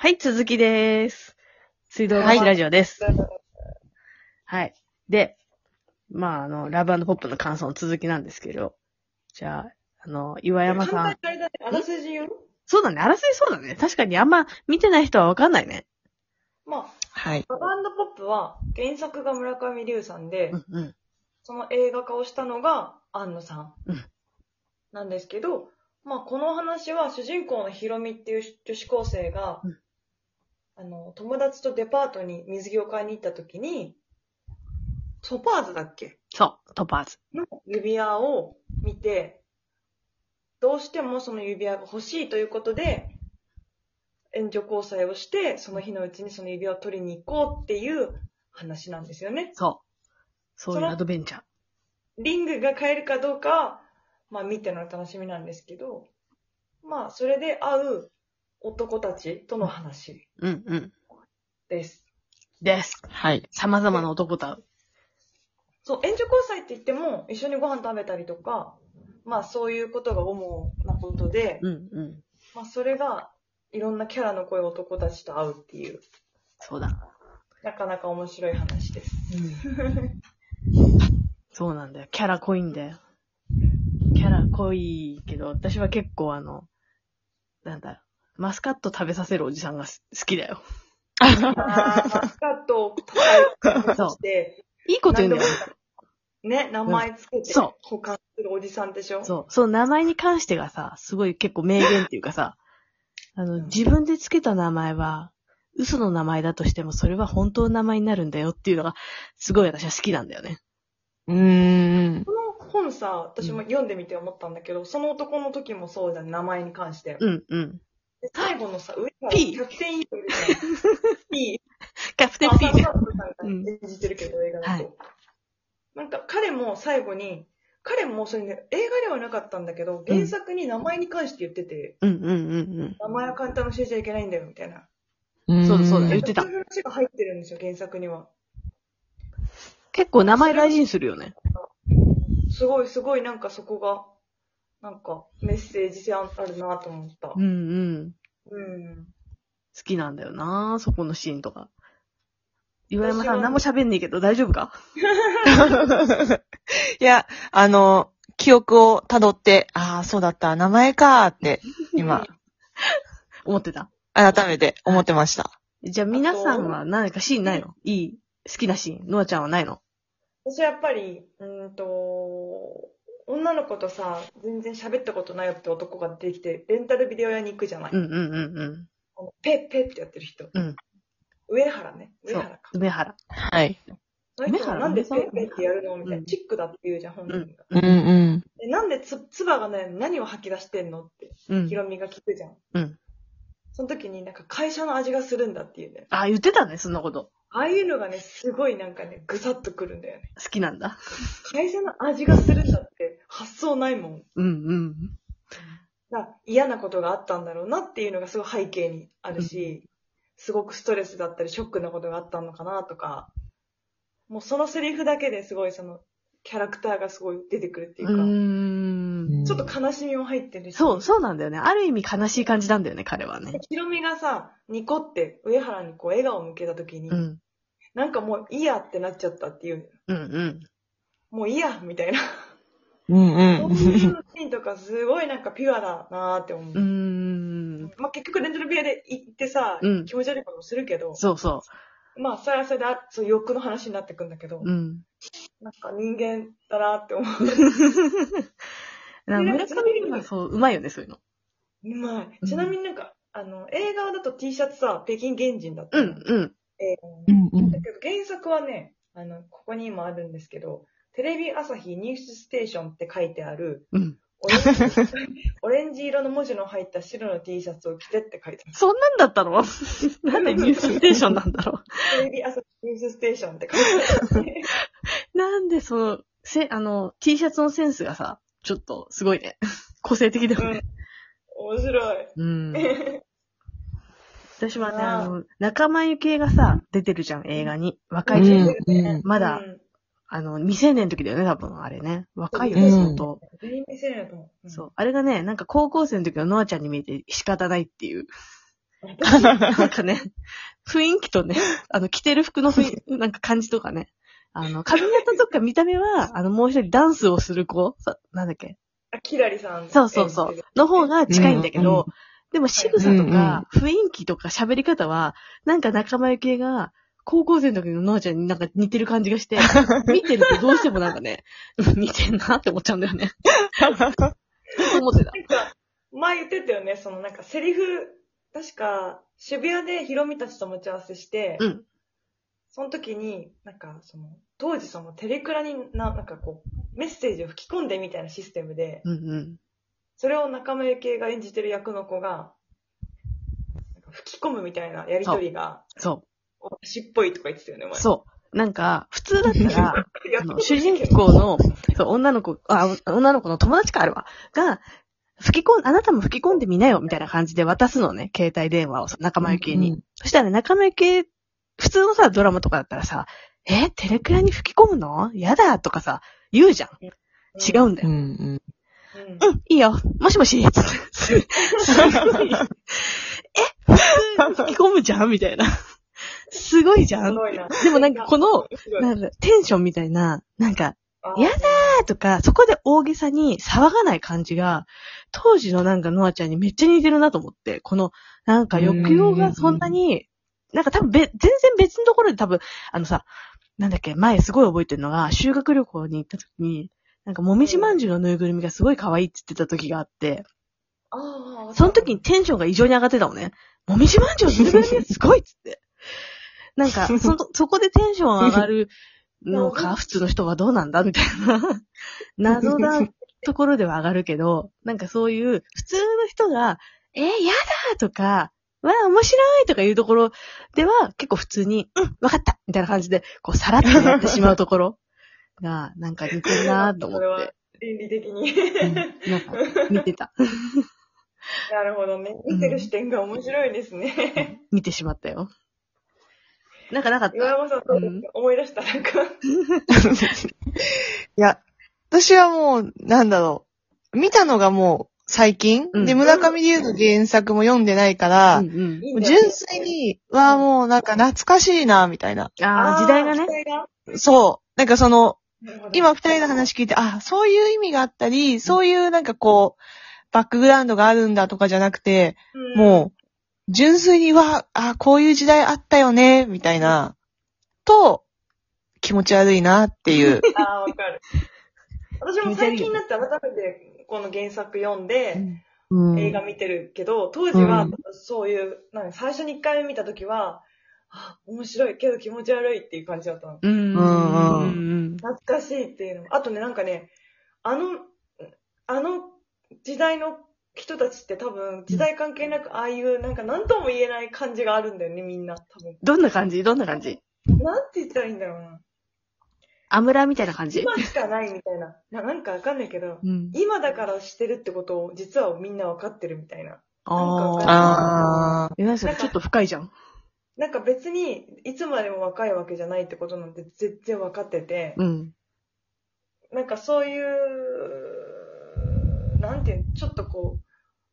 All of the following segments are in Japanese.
はい、続きです。水道橋ラジオです。はい。で、まあ、あの、ラブポップの感想の続きなんですけど、じゃあ、あの、岩山さん。簡単にあれだね、あらすじ言うそうだね、あらすじそうだね。確かにあんま見てない人はわかんないね。まはい。あ、バンドポップは原作が村上龍さんでう、んうん。その映画化をしたのが庵野さんうんなんですけど、まあ、この話は主人公のヒロミっていう女子高生が、うんあの、友達とデパートに水着を買いに行った時に、ソパーズだっけそう、トパーズ。の指輪を見て、どうしてもその指輪が欲しいということで、援助交際をして、その日のうちにその指輪を取りに行こうっていう話なんですよね。そう。そういうアドベンチャー。リングが買えるかどうかは、まあ見てのお楽しみなんですけど、まあそれで会う男たちとの話うんうん。です。です。はい。様々な男と会う。そう、援助交際って言っても、一緒にご飯食べたりとか、まあそういうことが主なことで、うんうん。まあ、それが、いろんなキャラの濃い男たちと会うっていう、そうだ。なかなか面白い 話です。そうなんだよ。キャラ濃いんだよ。キャラ濃いけど、私は結構あの、なんだ、マスカット食べさせるおじさんがす好きだよ。あーマスカットを叩いて、そして、いいこと言うんだよ。ね、名前つけてそう、保管するおじさんでしょう。そう。その名前に関してがさ、すごい結構名言っていうかさ、あの、自分でつけた名前は、嘘の名前だとしても、それは本当の名前になるんだよっていうのが、すごい私は好きなんだよね。うーん。この本さ、私も読んでみて思ったんだけど、その男の時もそうじゃん、名前に関して。うんうん。で最後のさ、上からピーキャプテンイーグルじゃん。ピキャプテー。ン P 浅野じゃさん。んが演じてるけど、映画だはと。なんか、彼も最後に、彼もそれね、映画ではなかったんだけど、原作に名前に関して言ってて、うんうんうん名前は簡単に教えちゃいけないんだよ、みたいな。うんそうだそうだ言ってたそういう話が入ってるんですよ、原作には。うん。結構名前大事にするよね。すごいすごいなんかそこが、なんかメッセージ性あるなと思ったう。んうん。うん。好きなんだよなそこのシーンとか。岩山私さはん何も喋んねえけど大丈夫か いや、あの、記憶を辿って、ああ、そうだった、名前かーって、今、思ってた。改めて思ってました。じゃあ皆さんは何かシーンないのいい好きなシーン。ノアちゃんはないの私はやっぱり、うーんと、女の子とさ、全然喋ったことないよって男が出てきて、レンタルビデオ屋に行くじゃない。うんうんうんうん。あのペッペッってやってる人。うん上原ね。上そ原うか。。梅原。はい。その上人が原なんでペッペッってやるのみたいな。うんチックだって言うじゃん、本人が。うんうん。でなんでつ、つばがね、何を吐き出してんのって。うんヒ。ロミが聞くじゃん。うん。その時になんか会社の味がするんだっていうね。あ、言ってたね、そんなこと。ああいうのがね、すごいなんかね、ぐさっとくるんだよね。好きなんだ。会社の味がするんだって発想ないもん。うんうん。だから嫌なことがあったんだろうなっていうのがすごい背景にあるし、すごくストレスだったりショックなことがあったのかなとか、もうそのセリフだけですごいそのキャラクターがすごい出てくるっていううか、ーん。ちょっと悲しみも入ってるし。そう、そうなんだよね。ある意味悲しい感じなんだよね、彼はね。ヒロミがさ、ニコって上原にこう笑顔を向けた時に、うん。なんかもういいやってなっちゃったっていう。うんうん。もういいやみたいな。うんうそういうシん。ーンとかすごいなんかピュアだなーって思う。うーん。まあ、結局レンタル部屋で行ってさ、うん気持ち悪いこともするけど、そうそまあそれはそれであそう欲の話になってくんだけど、う。うん。なんか人間だなって思う。なんか村上龍がそう、うまいよね、そういうの。うまい。うんちなみになんか、あの、映画だと T シャツさ、北京原人だったうのん、うん。映画のねうんだけど原作はね、あの、ここに今あるんですけど、テレビ朝日ニュースステーションって書いてある、うん。オレンジ オレンジ色の文字の入った白の T シャツを着てって書いてある。そんなんだったの なんでニュースステーションなんだろテレビ朝日ニュースステーションって書い てある。う。なんでその、せ、あの、T シャツのセンスがさ、ちょっとすごいね。 個性的だよね。うん。面白い。うん。私はね、あーあの、仲間由紀恵がさ、出てるじゃん、映画に。若ういん時、うん。まだ、うん。あの、未成年の時だよね、多分、あれね。若いようね、ん相当。全員見せるやと思う。 そう。あれがね、なんか高校生の時のノアちゃんに見えて仕方ないっていう。なんかね、雰囲気とね、あの、着てる服の雰囲 なんか感じとかね。あの、髪型とか見た目は、あの、もう一人ダンスをする子、さなんだっけあ、キラリさん。そうそうそう。の方が近いんだけど、でも仕草とか、雰囲気とか喋り方は、なんか仲間由紀恵が、高校生の時のノアちゃんになんか似てる感じが して、見てるとどうしてもなんかね、うん似てんなって思っちゃうんだよ ね。そう思ってた。前言ってたよね、そのなんかセリフ、確か渋谷でヒロミたちと待ち合わせして、うん。その時に、なんかその、当時そのテレクラにな、なんかこう、メッセージを吹き込んでみたいなシステムで、うんうん。それを仲間由紀恵が演じてる役の子が、なんか吹き込むみたいなやりとりが、そ私っぽいとか言ってたよね、う。前。そう。なんか、普通だったら、 う。やあったのこと主ないけど人公の、そう女の子、あ、女の子の友達かあるわ、が、吹き込ん、あなたも吹き込んでみなよ、みたいな感じで渡すのね、携帯電話を仲間由紀恵に。そしたらね、仲間由紀恵、普通のさ、ドラマとかだったらさ、え、テレクラに吹き込むのやだとかさ、言うじゃん。違うんだうよ。んううん。んうん、いいよ。もしもしつってす すごい。え、普通に吹き込むじゃんみたいな。すごいじゃすんごいな。でもなんかこの、面白いなんかテンションみたいな、なんか、あやだーとか、そこで大げさに騒がない感じが、当時のなんかノアちゃんにめっちゃ似てるなと思って、この、なんか抑揚がそんなに、なんか多分べ、全然別のところで多分、あのさ、なんだっけ、前すごい覚えてるのが、修学旅行に行った時に、なんかもみじまんじゅうのぬいぐるみがすごい可愛いって言ってた時があって、あーその時にテンションが異常に上がってたのね。もみじまんじゅうのぬいぐるみ がすごいっつって。なんか、その、そこでテンション上がるのか、普通の人はどうなんだみたいな。 謎なところでは上がるけど、なんかそういう、普通の人が、えー、やだとか、わあ、面白いとかいうところでは、結構普通に、うん、わかったみたいな感じで、こう、さらっとやってしまうところが、なんか似てるなと思っ それはて、倫理的に。 なんか見てた。なるほどね。見てる視点が面白いですね。 見てしまったよ。なんかなかっ岩た。山さん、どうでうすかん思い出したなんか。いや、私はもう、なんだろう。見たのがもう、最近、うんで、村上龍の原作も読んでないから、うんうんいいんだよね純粋に、はもうなんか懐かしいな、みたいな。ああ、時代がね時。代がそう。なんかその、なるほど今二人の話聞いて、あ、そういう意味があったり、そういうなんかこう、バックグラウンドがあるんだとかじゃなくて、うんもう、純粋に、わあ、こういう時代あったよね、みたいな、と、気持ち悪いなっていう。ああ、わかる。私も最近になって改めてこの原作読んで、うん映画見てるけど、当時はうんそういう、なんか最初に一回目見た時は、あ、面白いけど気持ち悪いっていう感じだったの。うんうんうん。懐かしいっていうのも。あとね、なんかね、あの、あの時代の人たちって多分、時代関係なく、ああいう、なんか何とも言えない感じがあるんだよね、みんな。多分。どんな感じどんな感じなんて言ったらいいんだろうな。アムラみたいな感じ今しかないみたいな。 ななんかわかんないけど、うん。今だからしてるってことを実はみんなわかってるみたいな。ああ。ああ。え、なんかちょっと深いじゃん。なんか別にいつまでも若いわけじゃないってことなんて全然わかってて、うん。なんかそういう、なんていうのちょっとこ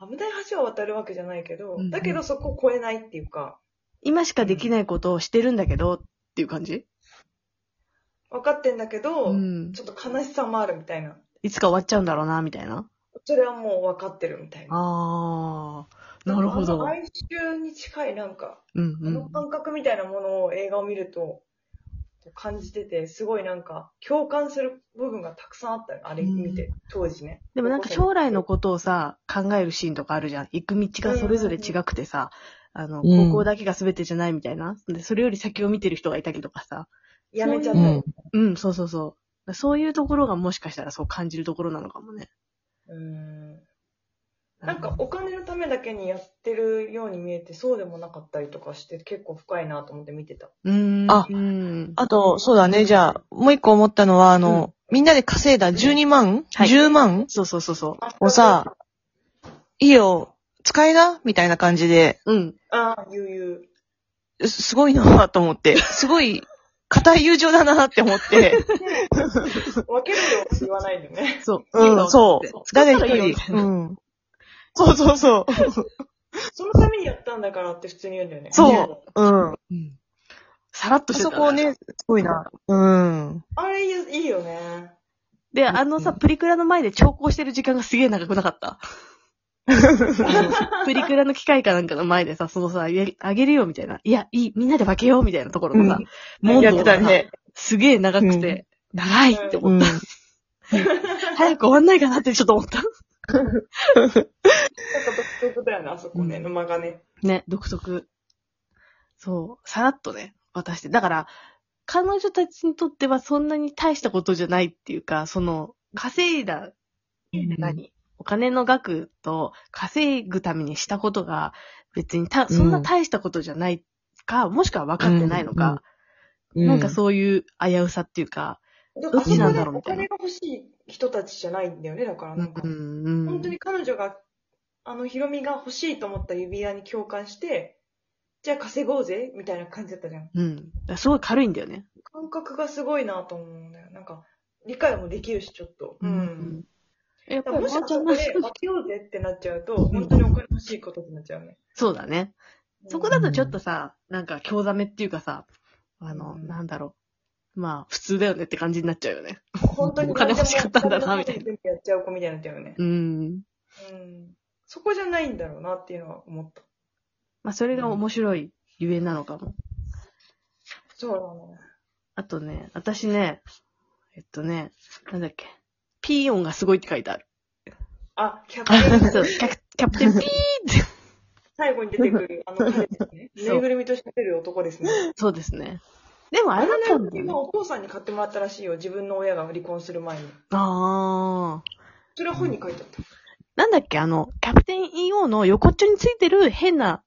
う、危ない橋を渡るわけじゃないけど、うんうんだけどそこを越えないっていうか、今しかできないことをしてるんだけど、っていう感じ分かってんだけど、うん。ちょっと悲しさもあるみたいな。いつか終わっちゃうんだろうな、みたいな。それはもう分かってるみたいな。ああ。なるほあのど。哀愁に近いなんか、うんあうのん。感覚みたいなものを映画を見ると感じてて、すごいなんか共感する部分がたくさんあったよあれ見て、当時ね。でもなんか将来のことをさ、考えるシーンとかあるじゃん。行く道がそれぞれ違くてさ、あの、うん高校だけが全てじゃないみたいな。で、それより先を見てる人がいたりとかさ。やめちゃっうたんり。。うん、そうそうそう。そういうところがもしかしたらそう感じるところなのかもね。うんなんかお金のためだけにやってるように見えて、そうでもなかったりとかして、結構深いなと思って見てた。うーん。あうん。あと、そうだね。じゃあ、もう一個思ったのは、あの、みんなで稼いだ12万、はい ?10 万そうそうそうそをさ、いいよ、使いなみたいな感じで、う。うん。ああ、悠々。すすごいなと思 って、すごい、固い友情だなって思って、分けるよって言わないよね。そう。うん、そう使っ誰た一らいいよみ人た、いなうん。そうそうそう。そのためにやったんだからって普通に言うんだよね。そう。うん。うん。さらっとしてたそねこをね、すごいな。 うん。あれいいいいよね。で、あのさ、うんプリクラの前で調校してる時間がすげえ長くなかった。プリクラの機械かなんかの前でさ、そのさ、やあげるよみたいな。いや、いい、みんなで分けようみたいなところのさ、モー やドってがたさ、ね。すげえ長くて、長いってう思っんた。。早く終わんないかなってちょっと思った。なんか独特だよね、あそこね、うん沼がね。ね、独特。そう、さらっとね、渡して。だから、彼女たちにとってはそんなに大したことじゃないっていうか、その、稼いだ、何、お金の額と稼ぐためにしたことが、別にた、そんな大したことじゃないか、もしくは分かってないのか、うなんかそういう危うさっていうか、でもどあっそこちでなんだろうお金が欲しい人たちじゃないんだよね、だからなんか。ん、うん本当に彼女が、あの、ヒロミが欲しいと思った指輪に共感して、じゃあ稼ごうぜ、みたいな感じだったじゃん。うん。だからすごい軽いんだよね。感覚がすごいなと思うんだよ。なんか、理解もできるし、ちょっと。うん。うん。やっだぱかりらもしワンあちゃそんこので分けようぜってなっちゃうと、本当にお金欲しいことになっちゃうね。そうだね。そこだとちょっとさ、なんか興ざめっていうかさ、あの、うんなんだろう。まあ、普通だよねって感じになっちゃうよね。本当にお金欲しかったんだなみたいなな。全部やっちゃう子みたいになっちゃうよね。うん。うん。そこじゃないんだろうなっていうのは思った。まあ、それが面白いゆえなのかも。そうだね。あとね、私ね、えっとね、なんだっけ。ピー音がすごいって書いてある。あ、キャ そうプテン、キャキャプテンピー最後に出てくる、あの、彼ですね。そうぬいぐるみと喋る男ですね。そうですね。でもああれだのったぬんだいぐるよみねは。お父さんに買ってもらったらしいよ。自分の親が離婚する前に。あー。それは本に書いてあった。なんだっけ、あの、キャプテン EO の横っちょについてる変な